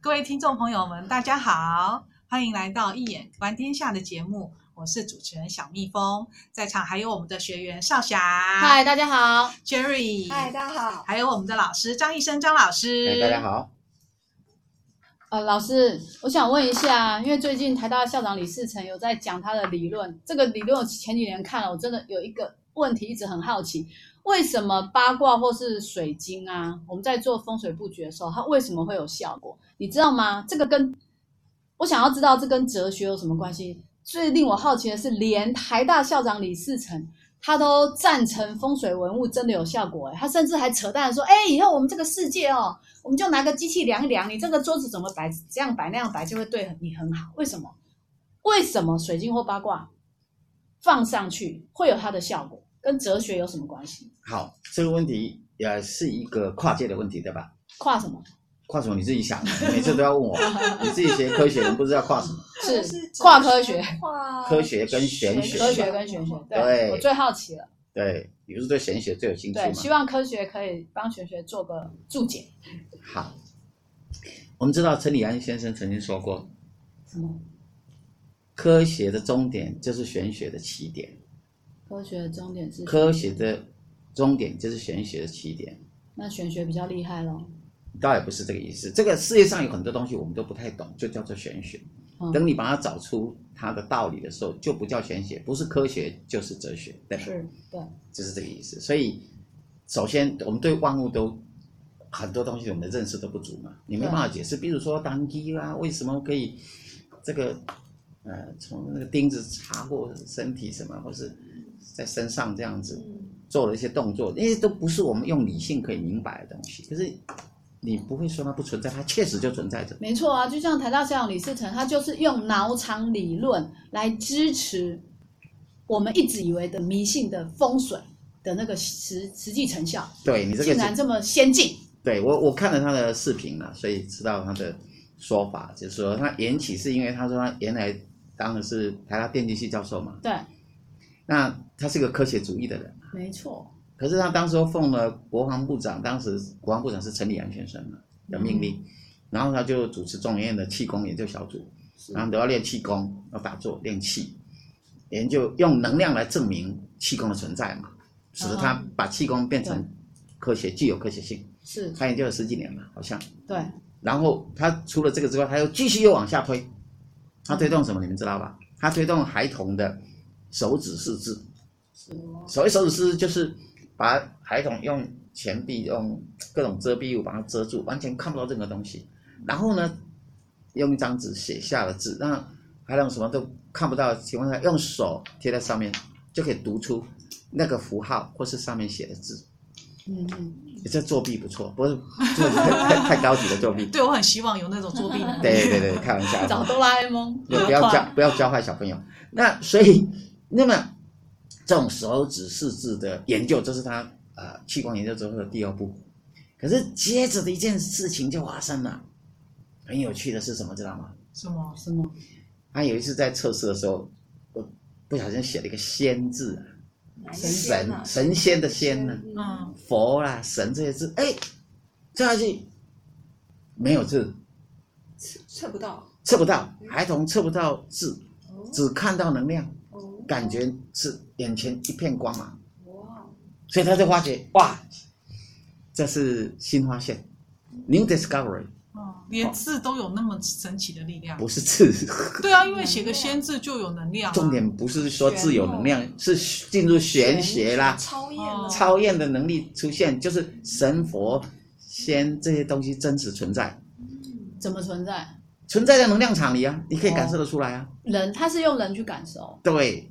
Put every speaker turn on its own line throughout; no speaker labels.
各位听众朋友们，大家好，欢迎来到《一眼观天下》的节目，我是主持人小蜜蜂，在场还有我们的学员少霞，
嗨，大家好。
，Jerry，
嗨，，大家好。
还有我们的老师张医生张老师，
哎，大家。好，
呃，老师，我想问一下，因为最近台大校长李世成有在讲他的理论，这个理论我前几年看了，我真的有一个问题一直很好奇，为什么八卦或是水晶啊，我们在做风水布局的时候，它为什么会有效果？你知道吗？这个跟我想要知道这跟哲学有什么关系？最令我好奇的是，连台大校长李世成他都赞成风水文物真的有效果、欸，他甚至还扯淡说，哎、以后我们这个世界哦，我们就拿个机器量一量，你这个桌子怎么摆，这样摆那样摆就会对你很好。为什么？为什么水晶或八卦放上去会有它的效果？跟哲学有什么关系？
好，这个问题也是一个跨界的问题，对吧？
跨什么？
跨什么你自己想，你每次都要问我， 你自己学科学，你不知道跨什么，
是
就是
跨科学，
跨
科学跟玄学
科学跟玄学。对，
对
我最好奇了。
对，你不是对玄学最有兴趣
对，希
吗？
望科学可以帮玄学做个注解。
好，我们知道陈理安先生曾经说过，
什么？
科学的终点就是玄学的起点，
科学的终点是
科学的终点就是玄学的起点。
那玄学比较厉害咯。
倒也不是这个意思。这个世界上有很多东西我们都不太懂，就叫做玄学
嗯。
等你把它找出它的道理的时候，就不叫玄学，不是科学就是哲学，对吧？
是，嗯对，
就是这个意思。所以，首先我们对万物都很多东西我们的认识都不足嘛，你没
对
办法解释。比如说当机啦，为什么可以这个呃从那个钉子插过身体什么，或是在身上这样子做了一些动作，那些都不是我们用理性可以明白的东西。可是你不会说它不存在，它确实就存在着。
没错啊，就像台大校长李世成，他就是用脑场理论来支持我们一直以为的迷信的风水的那个实实际成效，
对你这个
竟
是
然这么先进。
对我我看了他的视频啊了，所以知道他的说法，就是说他缘起是因为他说他原来当的是台大电机系教授嘛，
对，
那他是个科学主义的人，
没错，
可是他当时候奉了国防部长，当时国防部长是陈立安先生嘛的命令，然后他就主持中研院的气功研究小组，然后都要练气功，要打坐练气，研究用能量来证明气功的存在嘛，使得他把气功变成科学，具有科学性。
是
他研究了十几年嘛，好像。
对，
然后他除了这个之外，他又继续又往下推，他推动什么？你们知道吧？他推动孩童的手指四肢。所谓手指四肢，就是把孩童用钱币、用各种遮蔽物把它遮住，完全看不到任何东西。然后呢，用一张纸写下了字，让孩童什么都看不到的情况下，用手贴在上面就可以读出那个符号或是上面写的字。
嗯嗯，
这作弊不错，不是作弊太 太高级的作弊。
对我很希望有那种作弊能力。
对对对，开玩笑，
找哆啦 A 梦，
对不要教不要教坏小朋友。那所以，那么这种手指四字的研究，这是他呃器官研究之后的第二步。可是接着的一件事情就发生了，很有趣的是什么，知道吗？
什么？
什么？
他有一次在测试的时候，我不小心写了一个“仙”字啊，神神仙的“仙”呢，
嗯，
佛啦、神这些字，哎，这下去没有字，
测不到，
测不到，孩童测不到字，只看到能量。
哦
感觉是眼前一片光芒，
哇，
所以他就发觉哇，这是新发现，new discovery，
嗯连字都有那么神奇的力量。
哦不是字，
对啊，因为写个先字就有能量、啊。
重点不是说字有能量，是进入玄学啦，
哦超验了，
超验的能力出现，就是神佛仙这些东西真实存在，
怎么存在？
存在在能量场里啊，你可以感受得出来啊，
人他是用人去感受，
对，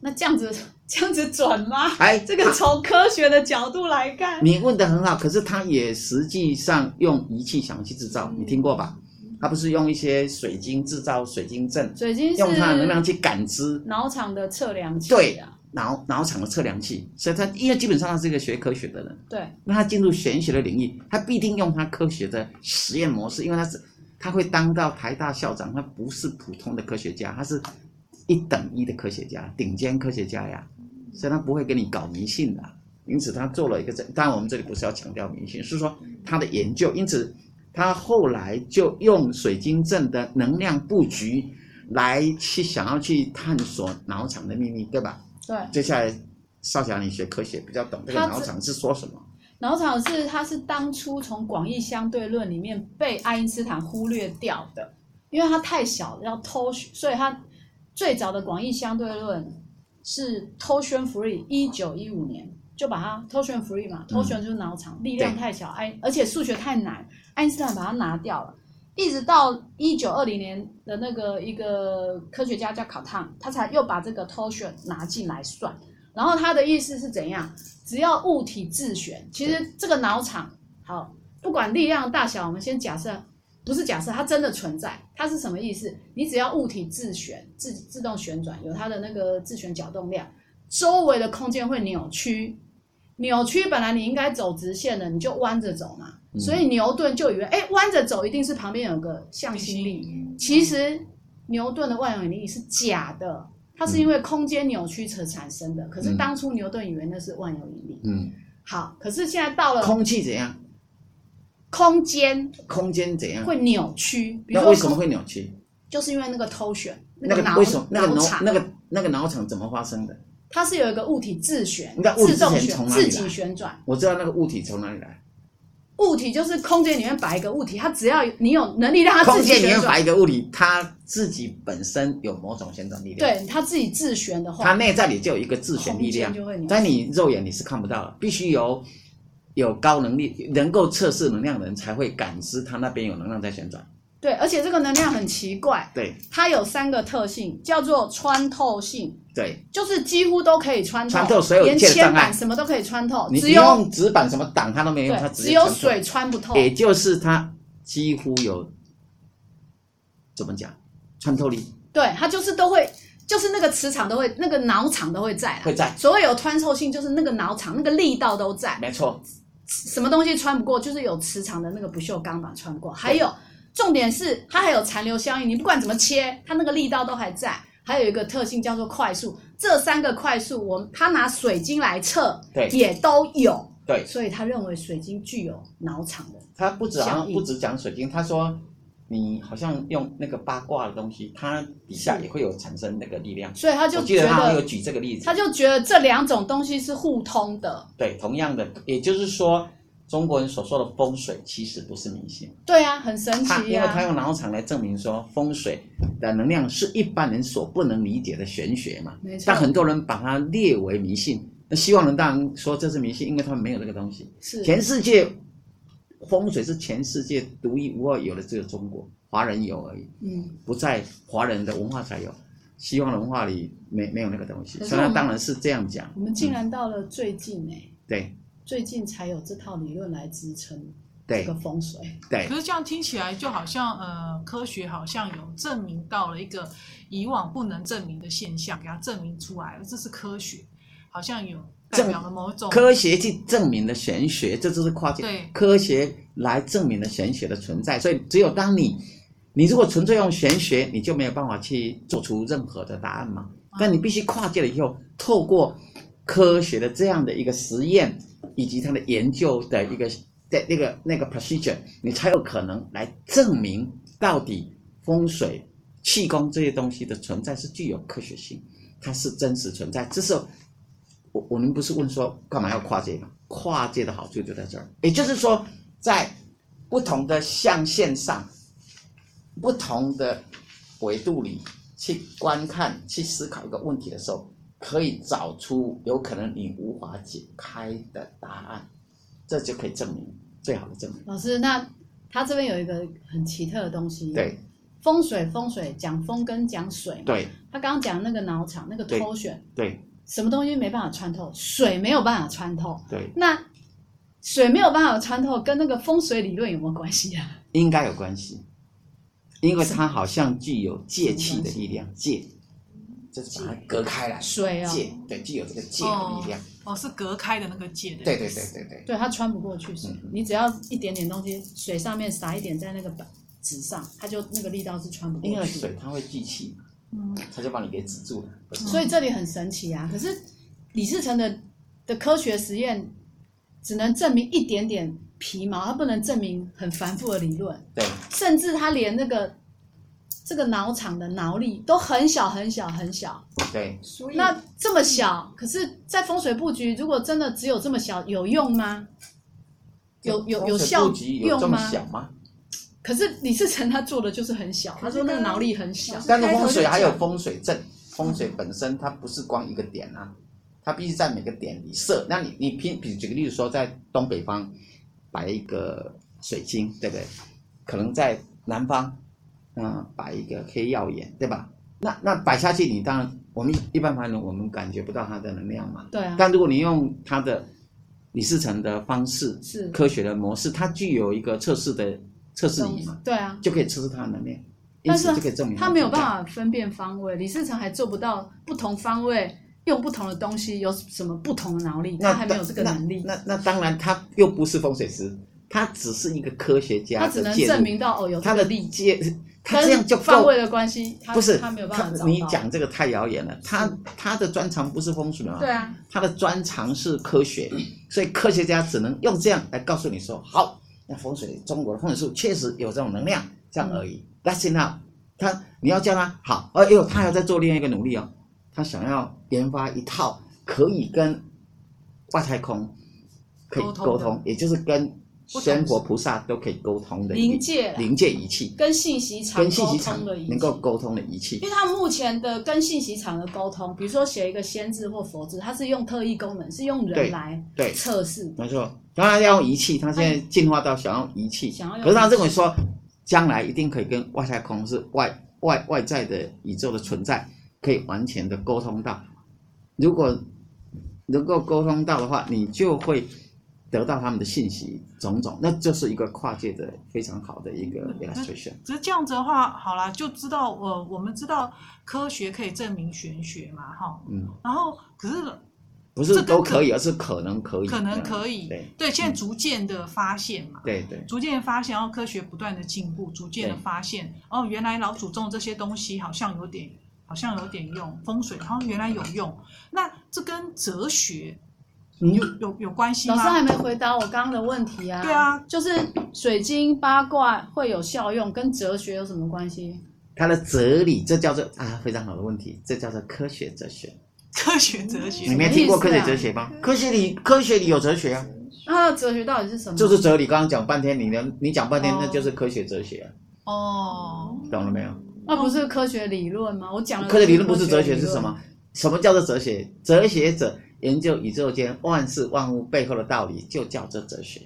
那这样子 这样子准吗？
哎，
这个从科学的角度来看，
你问的很好，可是它也实际上用仪器想去制造，你听过吧？它不是用一些水晶制造水晶阵，
水晶
用它的能量
是
去感知
脑场的测量器、啊，
对脑脑场的测量器，所以他因为基本上他是一个学科学的人，
对，
那他进入玄学的领域，他必定用他科学的实验模式，因为他是他会当到台大校长，他不是普通的科学家，他是一等一的科学家，顶尖科学家呀，所以他不会跟你搞迷信的。因此，他做了一个这，当然我们这里不是要强调迷信，是说他的研究。因此，他后来就用水晶阵的能量布局来去想要去探索脑场的秘密，对吧？
对，
接下来，少侠你学科学比较懂这个
他
脑
这
场是说什么？
脑场是它是当初从广义相对论里面被爱因斯坦忽略掉的，因为它太小了要偷学，所以它最早的广义相对论是 Toshin Free 一九一五年就把它 Toshin Free 嘛，Toshin 就是脑场，力量太小，爱而且数学太难，爱因斯坦把它拿掉了。一直到一九二零年的那个一个科学家叫考烫，他才又把这个 Toshin 拿进来算。然后他的意思是怎样？只要物体自旋，其实这个脑场好，不管力量大小，我们先假设，不是假设，它真的存在。它是什么意思？你只要物体自旋，自自动旋转，有它的那个自旋角动量，周围的空间会扭曲。扭曲本来你应该走直线的，你就弯着走嘛。
嗯
所以牛顿就以为，哎，弯着走一定是旁边有个向心力，其实牛顿的万有引力是假的，它是因为空间扭曲所产生的。可是当初牛顿以为那是万有引力。
嗯，
好，可是现在到了
空气怎样？
空间
空间怎样？
会扭曲，比如
那
说
为什么
空
会扭曲？
就是因为那个偷旋，
那
个
个
脑
为什么那个
脑
脑
场，
那个那个脑场怎么发生的？
它是有一个物体自旋
那、物体
自动
之前
旋、
从哪里
自
来
己旋转。
我知道那个物体从哪里来，
物体就是空间里面摆一个物体，它只要你有能力让它
空
自己
间里
旋
面
转，
把一个物体，它自己本身有某种旋转力量，
对，它自己自旋的
它
话，
内在里就有一个自旋力量
空间就会扭，曲
在你肉眼你是看不到的，必须有有高能力、能够测试能量的人才会感知它那边有能量在旋转。
对，而且这个能量很奇怪，
对
它有三个特性，叫做穿透性。
对，
就是几乎都可以穿透，
穿透所有一
连
切的
铅
障碍
板什么都可以穿透，
你
只
你
有
用纸板什么挡它都没用，它
对，
直
只
接
有
穿透
水，穿不透。
也就是它几乎有怎么讲穿透力
对，它就是都会，就是那个磁场都会，那个脑场都会在啦。
会在，
所谓有穿透性，就是那个脑场那个力道都在，
没错，
什么东西穿不过，就是有磁场的那个不锈钢板穿过。还有重点是它还有残留效应，你不管怎么切，它那个力道都还在。还有一个特性叫做快速，这三个快速，我们他拿水晶来测，
对
也都有，
对。
所以他认为水晶具有脑场的
他不止好
效
像
应
不止讲水晶，他说你好像用那个八卦的东西，它底下也会有产生那个力量。
所以他
我
就
记
觉
得他好像有
得，
举这个例子
他，就觉得这两种东西是互通的。
对，同样的，也就是说，中国人所说的风水其实不是迷信，
对啊，很神
他
奇
因为他
呀、啊。
用脑场来证明说风水的能量是一般人所不能理解的玄学嘛，
没错
但，很多人把它列为迷信。那西方人当然说这是迷信，因为他们没有这个东西。
是
全世界风水是全世界独一无二，有的只有中国华人有而已。
嗯，
不在华人的文化才有，西方文化里没没有那个东西。
可是
所以他
我们
当然是这样讲，
我们竟然到了最近哎、
对
最近才有这套理论来支撑这
对
个风水。
对
可，是这样听起来就好像呃，科学好像有证明到了一个以往不能证明的现象，给它证明出来了，这是科学，好像有代表了某种
科学去证明了玄学，这就是跨界
对
科学来证明了玄学的存在。所以只有当你你如果纯粹用玄学，你就没有办法去做出任何的答案嘛。但你必须跨界了以后，透过科学的这样的一个实验以及它的研究的一个的那个那个 procedure，你才有可能来证明到底风水、气功这些东西的存在是具有科学性，它是真实存在。这是我我们不是问说干嘛要跨界吗？跨界的好处就在这儿，也就是说，在不同的象限上，不同的维度里去观看、去思考一个问题的时候，可以找出有可能你无法解开的答案，这就可以证明最好的证明。
老师，那他这边有一个很奇特的东西，
对
风水，风水讲风跟讲水嘛。
对
他刚刚讲那个脑场那个
对
偷选，
对
什么东西没办法穿透，水没有办法穿透，
对，
那水没有办法穿透跟那个风水理论有没有关系啊？
应该有关系，因为它好像具有借气的力量，借，就是把它隔开来。
水哦，
界，对，具有这个界的力量。
哦，是隔开的那个界的，
对对对对对，
对，它穿不过去水，
嗯
你只要一点点东西，水上面撒一点在那个板纸上，它就那个力道是穿不
因
过
为
去的
水。它会聚气，
嗯，
它就把你给止住了。
所以这里很神奇啊。可是李世成的的科学实验只能证明一点点皮毛，它不能证明很繁复的理论，
对，
甚至它连那个这个脑场的脑力都很小很小很小。
对，
所以
那这么小，可是，在风水布局，如果真的只有这么小，有用吗？有有有效
布局有这
用
么
吗？
小吗？
可是李世成他做的就是很小，他说那个脑力很小
可。是
但是
开头
风水
就
还有
讲
风水阵，风水本身它不是光一个点啊，它必须在每个点里设。那你你拼，比举个例子说，在东北方摆一个水晶，对不对？可能在南方，嗯、摆一个黑曜岩，对吧？那那摆下去，你当然我们一般凡人我们感觉不到它的能量嘛。
对啊，
但如果你用它的李世成的方式，
是
科学的模式，它具有一个测试的测试仪嘛，
对啊，
就可以测试它的能量，因
但
此
是
就可以证明
他没有办
法。
法分辨方位，李世成还做不到不同方位用不同的东西有什么不同的脑力，
那
他还没有这个能力，
那那那当然，他又不是风水师，他只是一个科学家
他只
的
能
介
证
入，
明到哦有
他
这
的
个
力
力，
介，他
跟
这样就
方
够。
位的关系，他
不是，
他没有办法
他
找到。
你讲这个太遥远了。他他的专长不是风水嘛？
对啊，
他的专长是科 学，所以科学家只能用这样来告诉你说，好，那风水中国的风水术确实有这种能量，这样而
嗯
已。That's enough。他你要叫他好，哎呦，他还在做另一个努力哦，他想要研发一套可以跟外太空可以
沟
沟
通
通，
的
也就是跟仙佛菩萨都可以沟通的
临
一
界啦
临界仪器，
跟信息场
跟信息
沟
场
通的仪器
能够沟通的仪器
因。为他目前的跟信息场的沟通，比如说写一个先知或佛字，它是用特异功能，是用
对
人来
对
测试。
没错，当然要用仪器，他现在进化到想用仪器，
想要用
可是他认为说，将来一定可以跟外太空是外外外在的宇宙的存在可以完全的沟通到。如果能够沟通到的话，你就会得到他们的信息种种，那就是一个跨界的非常好的一个 illustration。
只嗯是这样子的话，好啦，就知道呃，我们知道科学可以证明玄学嘛，哈。
嗯，
然后可是
不
这
是
跟
都
可
可以，而是可能可以，
可能
嗯
可以，
对
对，现在
嗯
逐渐的发现嘛，
对对
逐渐地发现，然哦后科学不断的进步，逐渐的
对
发现，哦，原来老祖宗这些东西好像有点，好像有点用，风水，然后原来有用，那这跟哲学
嗯
有有有关系
老师还
吗？
没回答我刚刚的问题啊。
对啊，
就是水晶八卦会有效用，跟哲学有什么关系？
它的哲理，这叫做啊非常好的问题，这叫做科学哲学。
科学哲
你
嗯
学，
没听过科学哲学吗？
啊
科学里科学里有哲学啊，
它的哲学到底是什么？
就是哲理。刚刚讲半天，你能你讲半天
哦，
那就是科学哲学啊，
哦，
嗯
懂了没有？
那不是科学理论吗？我讲的
科学理论不是哲
嗯学
学
理
是
论
什？么？什么叫做哲学？哲学者研究宇宙间万事万物背后的道理，就叫做哲学。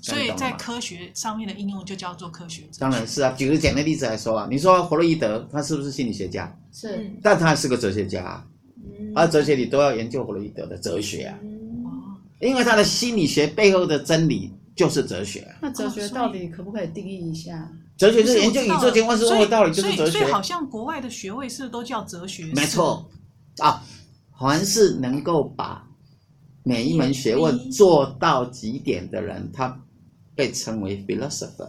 所以
这样你懂了
在
吗
科学上面的应用就叫做科学哲
当然是啊，举个简单例子来说啊，你说弗洛伊德他是不是心理学家？
嗯
是
但他是个哲学家啊，
嗯
而哲学里都要研究弗洛伊德的哲学啊，
嗯
哦
因为他的心理学背后的真理就是哲学啊。
那哲学到底可不可以定义一下？
哲学
不
就是
我
研究
知
宇
道
宙间
了
万事万
所
物
以
的道理，就
所
是
以
哲
所
学啊
以。好像国外的学位是不是都叫哲学？
没错，啊，凡是能够把每一门学问做到极点的人，他被称为 philosopher，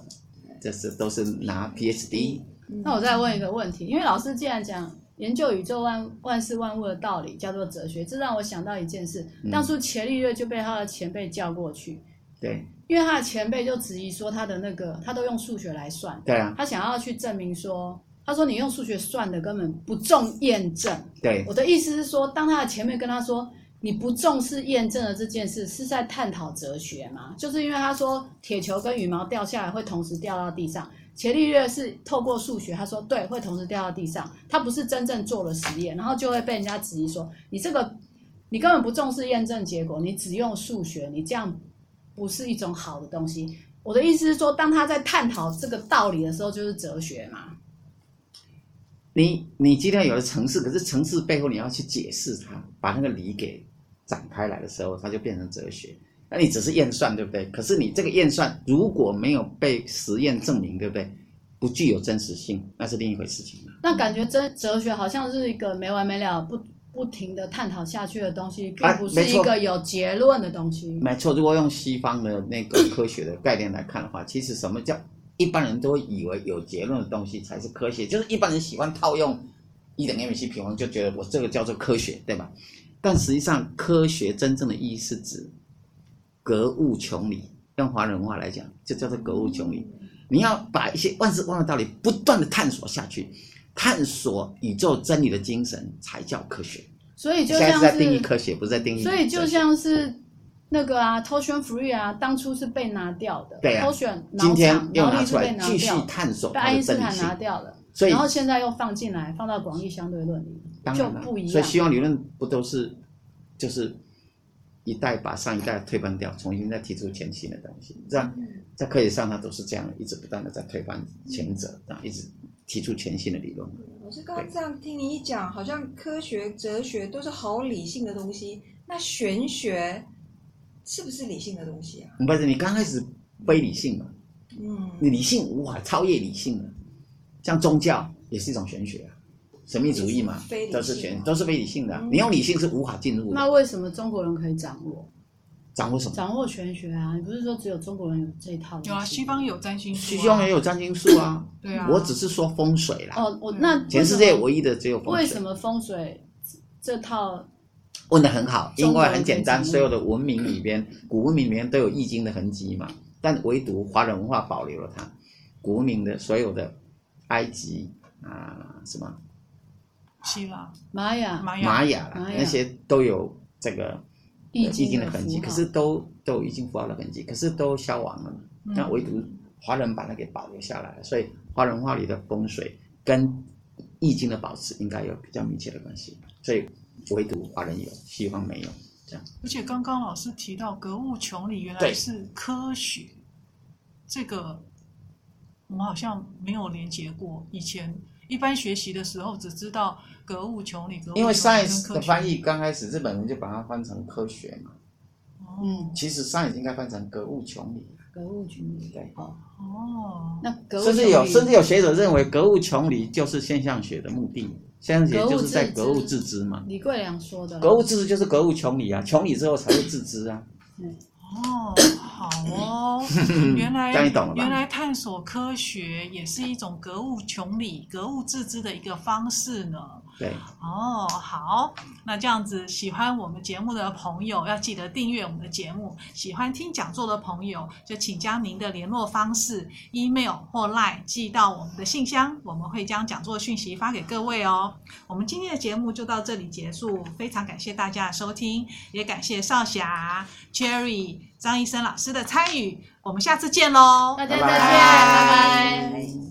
这是都是拿 PhD。
哦
那我再问一个问题，因为老师既然讲研究宇宙万万事万物的道理叫做哲学，这让我想到一件事
嗯。
当初伽利略就被他的前辈叫过去，
对
因为他的前辈就质疑说他的那个他都用数学来算，
对啊，
他想要去证明说，他说你用数学算的根本不重验证。
对
我的意思是说，当他的前辈跟他说你不重视验证的这件事，是在探讨哲学吗？就是因为他说铁球跟羽毛掉下来会同时掉到地上，伽利略是透过数学，他说对，会同时掉到地上，他不是真正做了实验，然后就会被人家质疑说你这个你根本不重视验证结果，你只用数学，你这样不是一种好的东西。我的意思是说，当他在探讨这个道理的时候，就是哲学嘛。
你你今天有了城市，可是城市背后你要去解释它，把那个理给展开来的时候，它就变成哲学。那你只是验算，对不对？可是你这个验算如果没有被实验证明，对不对？不具有真实性，那是另一回事情了。
那感觉哲哲学好像是一个没完没了、不不停的探讨下去的东西，并
哎
不
没
是
错
一个有结论的东西。
没错，如果用西方的那个科学的概念来看的话，其实什么叫一般人都会以为有结论的东西才是科学，就是一般人喜欢套用一等于 m c 平方，就觉得我这个叫做科学，对吧？但实际上，科学真正的意义是指格物穷理，用华人文化来讲，就叫做格物穷
嗯
理。你要把一些万事万物道理不断的探索下去，探索宇宙真理的精神才叫科学。
所以就
现在
像
是在定义科学，不是在定义哲
所
学。
以就像是那个啊 t o s h i n Free 啊，当初是被拿掉的。
对啊
t o s h i n
今天又
脑
拿
力
出
是被
来
拿
继续
掉的，
探索
被
它
爱
的
因斯
真理
坦
性，
拿掉了，
所以嗯
然后现在又放进来，放到广义相对论里，
当
就
然了
不一样。
所以西方理论不都是就是一代把上一代推翻掉，重新再提出全新的东西，这样在科学上它都是这样，一直不断的在推翻前者，然后一直提出全新的理论。
老师刚刚这样听你一讲，好像科学、哲学都是好理性的东西，那玄学是不是理性的东西啊？
不是你刚开始非理性嘛，
嗯，
你理性无法超越理性的，像宗教也是一种玄学啊，神秘主义嘛
非理，性
都是
嘛
玄都是非理性的啊、
嗯
你用理性是无法进入
啊那
的，
为什么中国人可以掌握
掌握什么？
掌握玄学啊？你不是说只有中国人有这一套东西？
有啊，西方有占星术、
西方也有占星术啊，
对啊，
我只是说风水啦，
哦，
嗯
我那
全世界唯一的只有风
为
水
什。么风水这套
问的很好，因
中国
为
人
很简单，
可以掌握
所有的文明里边，古文明里面都有易经的痕迹嘛，但唯独华人文化保留了它。古文明的所有的埃及啊，什么
希腊、
玛雅
玛雅
玛雅啦
玛雅
那些都有这个
易
呃易经的
的
痕
符
迹，
号
可是都都有易经符号的痕迹，可是都消亡了嘛。
嗯
那唯独华人把它给保留下来了，所以华人文化里的风水跟易经的保持应该有比较密切的关系，所以唯独华人有，西方没有。
而且刚刚老师提到格物穷理，原来
对
是科学，这个我们好像没有连接过。以前一般学习的时候只知道格物穷理，格物
因为
穷理跟
science
科
的
学
翻，译刚开始日本人就把它翻成科学嘛，
哦
嗯
其实 science 应该翻成格物穷理，
格物群理
对
哦，
哦，
那格物
甚至有
群理
甚至有学者认为格物穷理就是现象学的目的，现象学就是在格
格物
物
致知
致知嘛，
李桂良说的
格物致知就是格物穷理啊，穷理之后才会致知啊，
哦，好 哦，原来
这样你懂了吧
原来探索科学也是一种格物穷理、格物致知的一个方式呢。
对，
哦，好，那这样子，喜欢我们节目的朋友要记得订阅我们的节目。喜欢听讲座的朋友，就请将您的联络方式、email 或 line 寄到我们的信箱，我们会将讲座讯息发给各位哦。我们今天的节目就到这里结束，非常感谢大家的收听，也感谢少侠、Cherry、张医生老师的参与。我们下次见喽，
大家
拜拜
再见，拜拜
拜拜